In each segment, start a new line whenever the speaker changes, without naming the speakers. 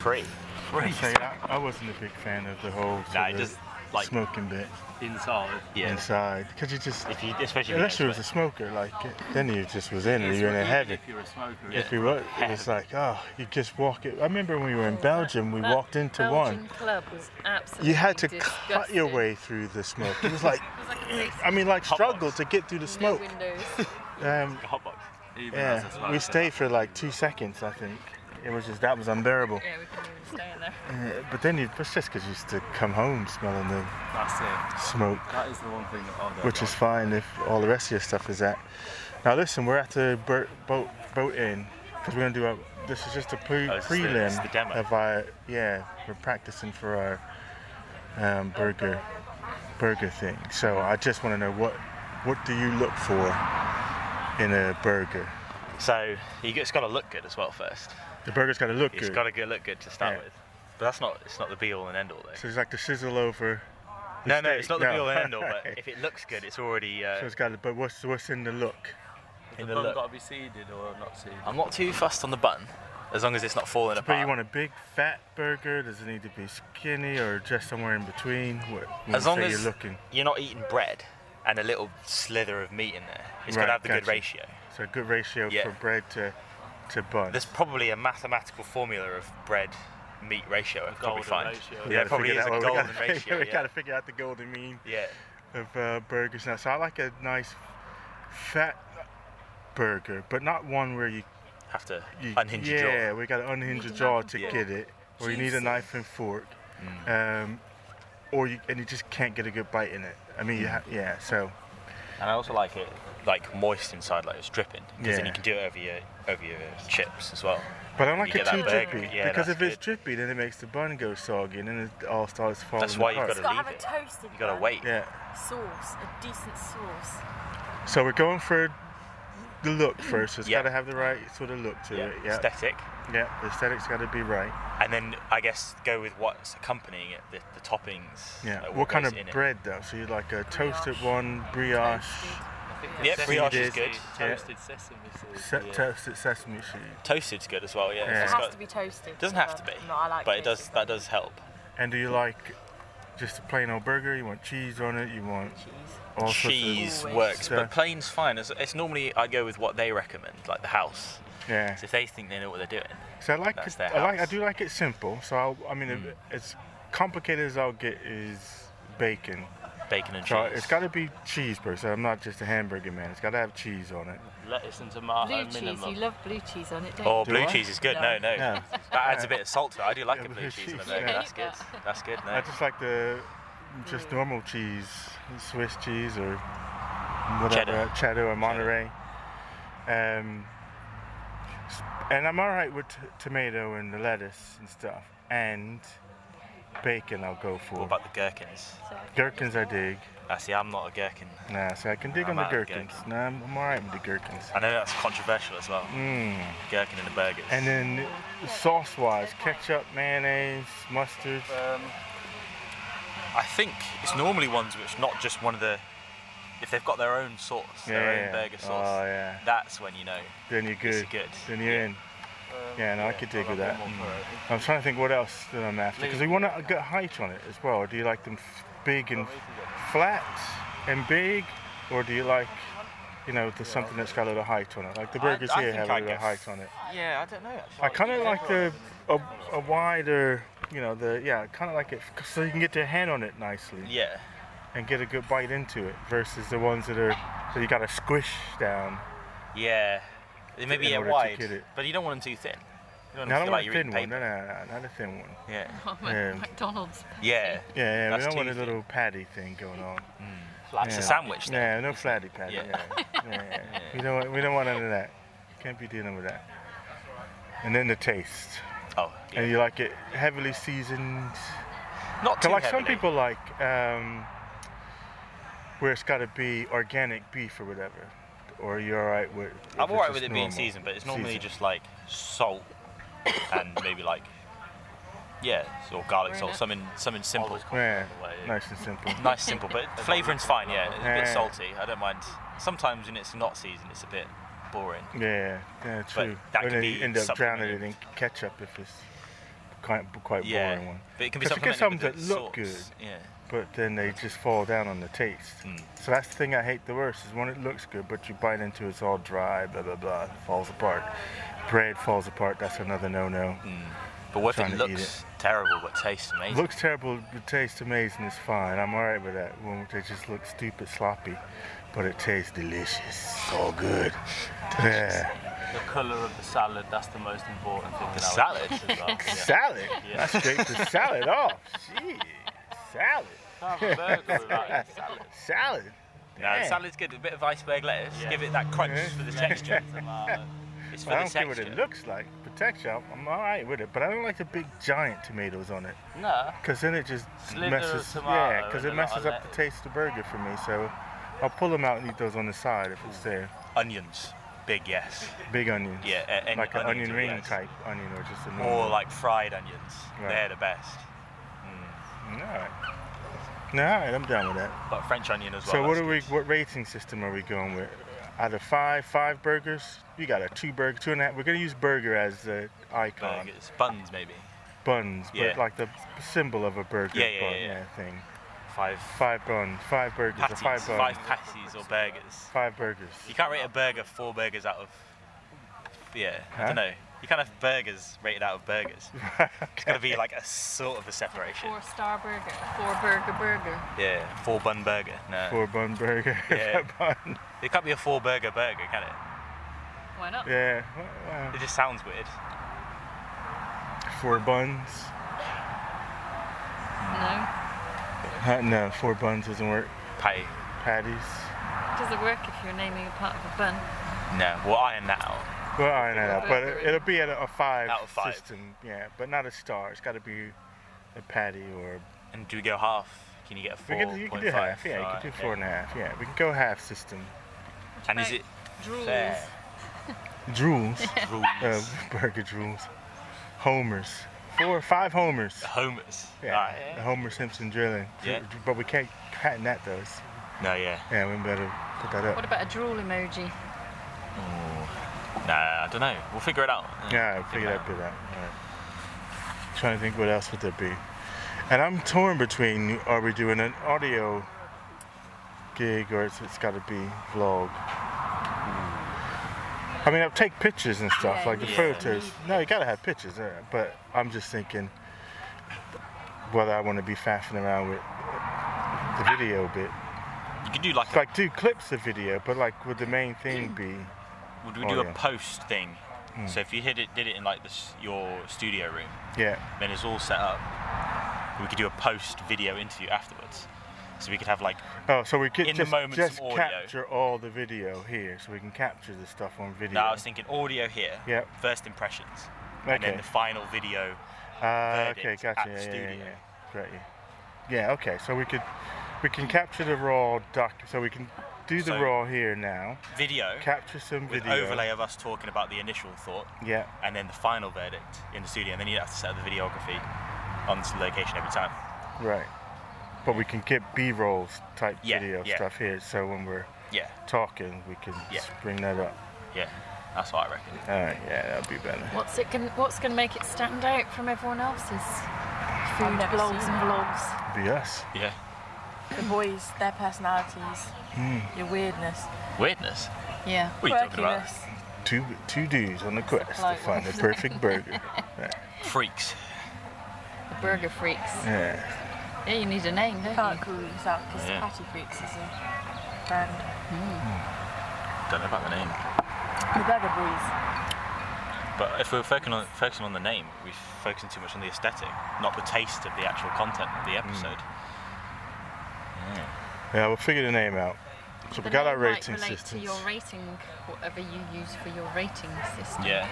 free.
Like I, say, I, I wasn't a big fan of the whole
Nah,
sort
it
of
just, like-
smoking bit
inside.
Yeah.
inside because you just
If you, especially
unless
if
you
you
was a smoker, like then you just was in and you were in a
Even
heavy.
If you're a smoker,
Yeah.
yeah.
If you were, it was like oh, you just walk it. I remember when we were in Belgium, we
That
walked into
Belgian
one.
club was absolutely
You had to
disgusting.
cut your way through the smoke. It was like,
It was like a big
I mean, like
Hot
struggle
box.
to get through the
no
smoke.
windows.
Um,
hot box.
even as a
yeah,
smoker,
we stayed for like two seconds, I think. It was just that was unbearable.
yeah, we couldn't even stay in there.
Uh, but then you, it's just because you used to come home smelling the
That's it.
smoke,
That is the one thing that I don't
which
like.
is fine if all the rest of your stuff is that. Now listen, we're at the boat boat, boat in because we're gonna do a. This is just a pre,
Oh, it's the-
prelim
it's the demo.
of our. Yeah, we're practicing for our um, burger burger thing. So I just want to know what what do you look for in a burger?
So you, it's got to look good as well first.
The burger's got to look
It's
good.
got to look good to start
Yeah.
with. But that's not it's not the be all and end all though.
So it's like the sizzle over. the
no, no,
steak.
it's not the
No.
be all and end all. But if it looks good, it's already uh,
so it's got. To, but what's what's in the look?
in
the
the
bun
look.
got to be seeded or not seeded.
I'm not too fussed on the bun, as long as it's not falling
But you
apart.
want a big fat burger? Does it need to be skinny or just somewhere in between? What, when
as
you
long
say
as
you're looking.
you're not eating bread and a little slither of meat in there, it's got
Right,
to have the good
gotcha.
ratio.
So a good ratio
Yeah.
for bread to to bun.
There's probably a mathematical formula of bread meat ratio. I could probably
golden
find.
ratio. We
We
Yeah,
gotta
it probably
figure
is
that
a
out. We
golden
gotta figure-
ratio.
We
yeah.
gotta figure out the golden mean
yeah.
of uh, burgers now. So I like a nice fat burger, but not one where you,
have to
you
unhinge your jaw.
yeah, we gotta unhinge your
a
jaw
knife
to
and
get it, or you need a
Juicy.
knife and fork,
Mm.
um, or you and you just can't get a good bite in it. I
Mm.
mean, you ha- yeah. So
And I also like it like moist inside, like it's dripping. Because then
Yeah.
you can do it over your over your chips as well.
But I don't
You
like it
get that
too
burger,
drippy
yeah,
because if
that's
it's drippy, then it makes the bun go soggy, and then it all starts falling
That's why you've
apart.
got
It's
to
got to
leave
have a
it.
toasted
You gotta
bun.
wait.
Yeah.
Sauce, a decent sauce.
So we're going for the look first. It's
Yeah.
got to have the right sort of look to
Yeah.
it. Yeah.
Aesthetic.
yeah. The aesthetics got to be right.
And then I guess go with what's accompanying it, the, the toppings.
Yeah.
like
what kind
goes
of
in it.
bread though? So you like a toasted
Brioche.
one, brioche,
I think
Yep,
sesame
brioche is
seed,
good.
Toasted sesame seed.
se-
Yeah.
toasted sesame seed,
Toasted's good as well, yeah.
Yeah.
It
It's
has
got-
to be toasted.
doesn't have to be.
No, I like
but it does
toasted
that
bun.
does help.
and do you like just a plain old burger? You want cheese on it? You want
Cheese.
all sorts of-
Cheese
Always.
works,
Yeah.
but plain's fine. It's, it's normally I go with what they recommend, like the house.
yeah.
So if they think they know what they're doing,
So I like,
That's
it,
their
I like, I
house. Mm.
do like it simple. So I, I mean, it, as complicated as I'll get is bacon.
bacon and cheese.
So it's got to be cheese person. I'm not just a hamburger man. It's got to have cheese on it.
Lettuce and tomato
Blue cheese.
minimum.
You love blue cheese on it, don't
Oh,
you?
blue
I?
cheese is good. No,
No.
no,
No.
that adds a bit of salt to it. I do like
Yeah,
a blue
blue
cheese in a
cheese,
burger.
yeah.
That's good. That's good.
I
No.
just like the just
Mm.
normal cheese, Swiss cheese or whatever,
Cheddar.
cheddar, or Monterey. Um, s- and I'm all right with t- tomato and the lettuce and stuff, and bacon. I'll go for
What about the gherkins?
gherkins. I dig.
I see. I'm not a gherkin.
Nah, so I can dig
I'm
on the
out of
gherkins. Nah, I'm, I'm all right with the gherkins.
I know that's controversial as well.
Mm.
Gherkin in the burgers.
And then sauce-wise, ketchup, mayonnaise, mustard.
Um,
I think it's normally ones which not just one of the. If they've got their own sauce, their own burger sauce,
Oh yeah.
that's when you know.
Then you're good.
It's good.
Then you're in.
um,
Yeah, no, I could dig
I'll
with
have
that.
one more for it.
Mm.
I'm trying to think what else that I'm after because we want to get height on it as well. Do you like them f- big
Oh,
and flat and big, or do you like, you know, the, something that's got a little height on it? Like the burgers
I
here
think
have a
I
little
guess-
height on it.
Yeah, I don't know. Actually.
I kind of like the a, a wider, you know, the yeah, kind of like it f- so you can get your hand on it nicely
Yeah.
and get a good bite into it versus the ones that are that you got to squish down.
Yeah. They may
In
be yeah,
order to
wide,
get it.
but you don't want them too thin. You don't
No,
want them
I don't
to feel
want
like
a
you're
thin
eating
one. No,
paper.
no, no, not a thin one.
Yeah.
Oh,
Yeah.
McDonald's.
Yeah.
Yeah, yeah, we
That's
don't want a
too
little patty thing going on.
That's
Yeah.
a sandwich. Then.
Yeah, no flatty patty. Yeah.
Yeah.
Yeah. yeah. We don't want, we don't want none of that. Can't be dealing with that. And then the taste.
Oh. yeah.
And you like it heavily seasoned.
Not too
So like some
heavily.
people like um, where it's got to be organic beef or whatever. Or you're all right with. if
I'm
it's
alright
just
with it being
normal.
seasoned, but it's normally
Seasoned.
just like salt and maybe like yeah, or garlic
We're in
salt,
it.
something something simple.
Yeah,
way, yeah.
nice and simple.
Nice, simple, but flavouring's fine. Yeah, it's a bit
Yeah.
salty. I don't mind. Sometimes when it's not seasoned, it's a bit boring.
Yeah, yeah, true.
that
and
could
then you
be
end up drowning it
supplemented.
in ketchup if it's quite, quite
yeah,
boring one.
but it can be
'Cause I guess
supplemented with
some
the
that look
sorts. Yeah,
But then they just fall down on the taste.
Mm.
So that's the thing I hate the worst is when it looks good, but you bite into it, it's all dry, blah blah blah, it falls apart. Bread falls apart. That's another no-no.
Hmm. but what if
Trying
it
to eat
looks terrible but tastes amazing?
Looks terrible, but tastes amazing. It's fine. I'm all right with that. When they just look stupid, sloppy, but it tastes delicious. It's all good. Yeah.
The colour of the salad, that's the most important thing. in
The
our
salad?
dish as well. yeah.
Salad.
Yeah.
I scraped the salad off. Gee, salad.
Can't have a burger without it. salad.
Salad.
no,
Yeah.
salad's good. A bit of iceberg lettuce,
Yeah.
give it that crunch
Yeah.
for the texture.
Tomato.
It's for
I
the
don't care
texture.
what it looks like. But texture, I'm- I'm all right with it. But I don't like the big giant tomatoes on it,
No.
because then it just
Sliver of
messes.
tomato
yeah, because
and
it
a lot
messes
of
up the
lettuce.
taste of the burger for me. So I'll pull them out and eat those on the side if it's there.
Onions, big yes.
Big onions.
Yeah, a- any
like an
onions
onion
would be
ring
nice.
type onion or just a normal.
Or like fried onions.
Right.
They're the best.
All right. No, all right, Mm, I'm down with that.
But French onion as well.
so what
that's
are we?
good.
What rating system are we going with? Out of five, five burgers. You got a two burger, two and a half. We're gonna use burger as the icon.
Burgers, buns maybe.
Buns, but
Yeah.
like the symbol of a burger
Yeah, yeah,
bun,
yeah, yeah.
thing.
Five
Five buns, five burgers, or
patties,
five
five,
buns,
patties or burgers.
five burgers.
You can't rate a burger four burgers out of. Yeah, I
Huh?
don't know. You can't have burgers rated out of burgers. It's gotta be like a sort of a separation.
Four star burger. A four burger burger.
Yeah, four bun burger. No,
Four bun burger.
Yeah.
five bun.
it can't be a four burger burger, can it?
Why not?
Yeah. well,
It just sounds weird.
Four buns.
No.
Huh, no, four buns doesn't work.
Pay.
Patties.
It doesn't work if you're naming a part of a bun.
No, we'll iron that out.
Well, I know that, but it,
Burberry.
it'll be at a, a five
Out of five.
system, yeah, but not a star. It's got to be a patty or
And do we go half? Can you get a
we
four?
could, you can do half. Yeah, you can do four and a half. Yeah, we can go half system.
And is it
Drools.
fair?
Drools,
Rules.
uh, burger drools, homers, four, five homers.
Homers.
Yeah,
Alright.
the Homer Simpson drilling.
Yeah.
but we can't patent that though. It's-
No, yeah.
yeah, we better put that up.
What about a drool emoji?
Nah, I don't know. We'll figure it out.
Yeah, we'll figure that bit out. All right. Trying to think what else would there be. And I'm torn between are we doing an audio gig or it's, it's got to be vlog. I mean, I'll take pictures and stuff,
Yeah,
like the
yeah.
photos. No, you gotta have pictures, uh, but I'm just thinking whether I want to be faffing around with the video bit.
You could do like, a-
Like, do clips of video, but like, would the main thing be?
would we
oh,
do
yeah. Hmm.
a post thing? So if you hit it, did it in like this, your studio room,
Yeah.
then it's all set up. We could do a post video interview afterwards. So we could have like
Oh, so we could
In the
just,
moment,
just
some audio.
capture all the video here, so we can capture the stuff on video.
No, I was thinking audio here.
Yep.
First impressions. And
Okay.
then the final video.
Ah, okay,
verdict
gotcha.
at the
yeah, yeah, yeah,
studio.
yeah. Got you. Yeah, okay. So we could we can capture the raw doc. So we can do the
So-
raw here now.
Video
Capture some
with
video.
overlay of us talking about the initial thought
Yeah.
and then the final verdict in the studio. And then you'd have to set up the videography on s- location every time.
Right. But we can get B-rolls type
Yeah,
video
yeah.
stuff here, so when we're
Yeah,
talking, we can
Yeah.
just bring that up.
yeah. That's what I reckon.
All right. Yeah, that'll be better.
What's it going What's going to make it stand out from everyone else's? Food blogs and vlogs.
Be us.
Yeah.
The boys, their personalities,
Hmm.
your weirdness,
Weirdness.
Yeah.
What are you talking about?
quirkiness.
Two two dudes on the quest to
like-
find the perfect burger. Right.
Freaks.
The burger freaks.
Yeah.
Yeah, you need a name, don't
Can't
you?
call these out because
Yeah.
Patty Freaks is a brand.
Don't know about the name.
The Burger Boys.
But if we're focusing on, focusing on the name, we're focusing too much on the aesthetic, not the taste of the actual content of the episode.
Yeah, we'll figure the name out. So we
The
got our
name might
rating Mm.
relate
systems.
to your rating, whatever you use for your rating system.
Yeah.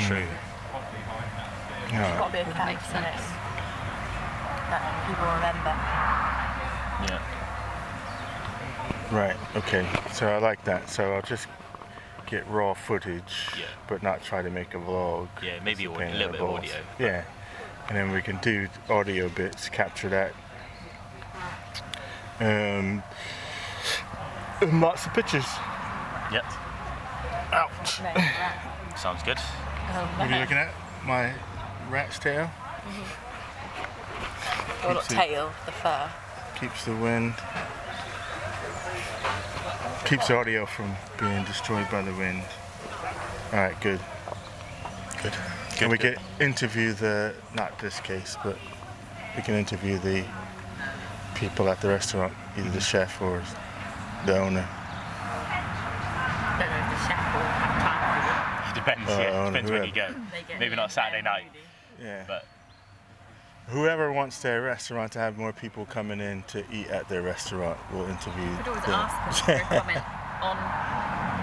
True.
Alright.
Got a bit of
Would make
character in
sense.
it that people remember.
Yeah.
Right. Okay. So I like that. So I'll just get raw footage,
Yeah.
but not try to make a vlog.
Yeah, maybe
It's
audio-
pain
a
in
little
the
bit of
balls.
audio.
Yeah, and then we can do audio bits, capture that. Um, and lots of pictures.
Yep.
Ouch.
No, right.
Sounds good.
Oh,
What are you looking at? My rat's tail.
Well, not
Keeps it-
tail, the fur.
Keeps the wind. Keeps the audio from being destroyed by the wind. All right, good. Good. Can we
good.
get interview the not this case, but we can interview the people at the restaurant, either
Mm-hmm.
the chef or the owner.
don't know if the chef will have time
Depends,
Uh,
yeah.
on
Depends when you go.
whoever.
They get
Maybe
it.
not Saturday night,
Yeah.
but
Whoever wants their restaurant to have more people coming in to eat at their restaurant will interview.
You could always
them.
ask them for a comment on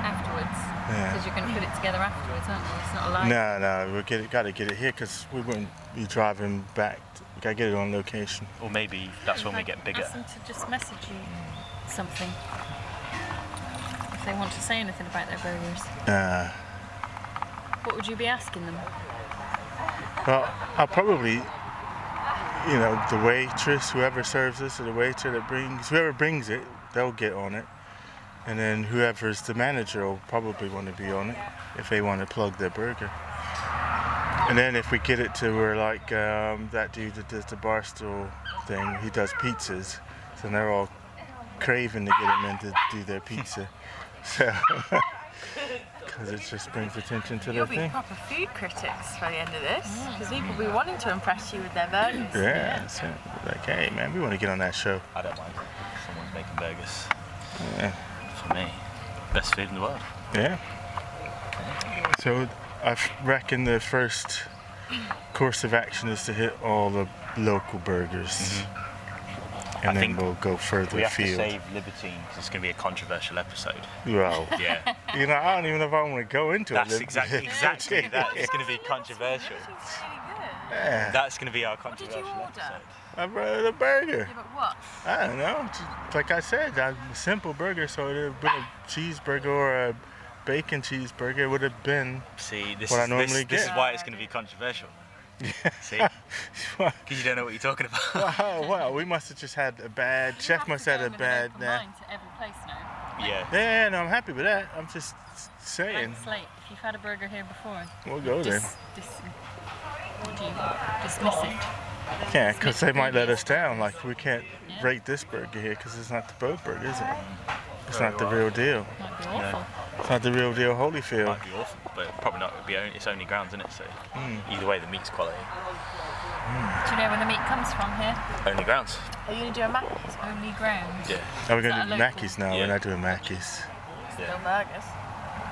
afterwards
Yeah.
because you're going to put it together afterwards, aren't you? It's not alive.
No, no, we get it, gotta get it here because we wouldn't be driving back. We gotta get it on location.
or maybe that's when we get bigger.
Ask them to just message you something if they want to say anything about their burgers.
Uh,
What would you be asking them?
well, I'll probably, you know, the waitress, whoever serves us, or the waiter that brings, whoever brings it, they'll get on it. And then whoever's the manager will probably want to be on it if they want to plug their burger. And then if we get it to where like um, that dude that does the barstool thing, he does pizzas, so they're all craving to get him in to do their pizza. So, because it just brings attention to their
You'll be
thing.
proper food critics by the end of this, because people will be wanting to impress you with their burgers.
Yeah, so like, hey man, we want to get on that show.
I don't mind someone making burgers.
Yeah.
For me, best food in the world.
Yeah. So I f- reckon the first course of action is to hit all the local burgers, and
I
then
think
we'll go further
we have to
afield.
save Libertine because it's going to be a controversial episode.
well,
Yeah,
you know, I don't even know if I want to go into it.
That's
Lib-
exactly exactly that. It's going to be controversial.
It's really good.
yeah.
That's going to be our
did you
controversial
order?
episode.
I brought a burger.
Yeah, but what?
I don't know. just- like I said, a simple burger. So it would have been a cheeseburger or a bacon cheeseburger. It would have been.
See, this,
What I
is, this,
normally
this is
get.
why it's going to be controversial. See, because you don't know what you're talking about.
Oh wow, we must have just had a bad chef. Must have had a bad.
open
Nah.
mind to every place now.
yeah.
Yeah, no, I'm happy with that. I'm just s- saying
Blank slate. If you've had a burger here before,
we'll go there.
dis, dis, what do you dismiss it?
Yeah, because they might let us down. Like we can't rate this burger here because it's not the boat burger, is it?
Uh-huh.
It's not the real deal.
Might be awful.
It's not the real deal Holyfield.
might be awful, but probably not. It'd be only, it's only grounds, isn't it? So
Hmm.
either way, the meat's quality.
Do you know where the meat comes from here?
Only grounds.
Are you going to do a Mac?
It's only ground.
Yeah.
Are we going to
that a
do
local?
Mackey's now?
Yeah.
We're not doing Mackey's.
No burgers.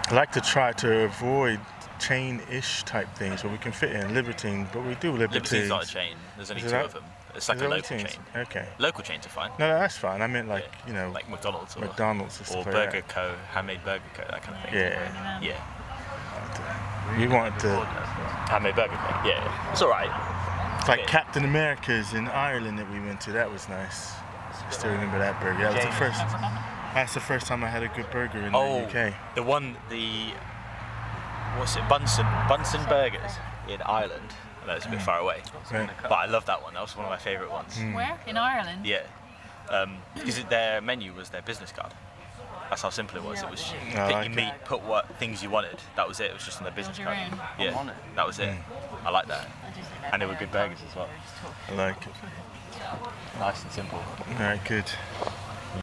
I like to try to avoid chain-ish type things where we can fit in Libertine, but we do Libertine.
Libertine's not a chain. There's only
Is it
two
not?
of them. It's like a local chain.
Okay.
Local chains are fine.
No, no, that's fine. I meant like
Yeah.
you know,
like McDonald's or
McDonald's or
or
stuff like
Burger
that.
Co. Handmade Burger Co. That kind of thing.
yeah.
Yeah.
We want the
Handmade Burger Co. Yeah. It's all right.
it's like
Yeah.
Captain America's in Ireland that we went to. That was nice. I still remember that burger. That was the
James.
first. That's the first time I had a good burger in
Oh,
the UK.
the one, the what's it, Bunsen, Bunsen Burgers in Ireland. I know it's a bit far away,
Mm. Right.
but I love that one. That was one of my favourite ones.
Hmm.
Where? In Ireland?
Yeah, because it their menu was their business card. That's how simple it was. It was pick
I like
your
it.
meat, put what things you wanted. That was it. It was just on their business
Build your
card.
own.
Yeah, that was it. I like that. And they were good burgers as well.
I like it.
Nice and simple.
All right, good.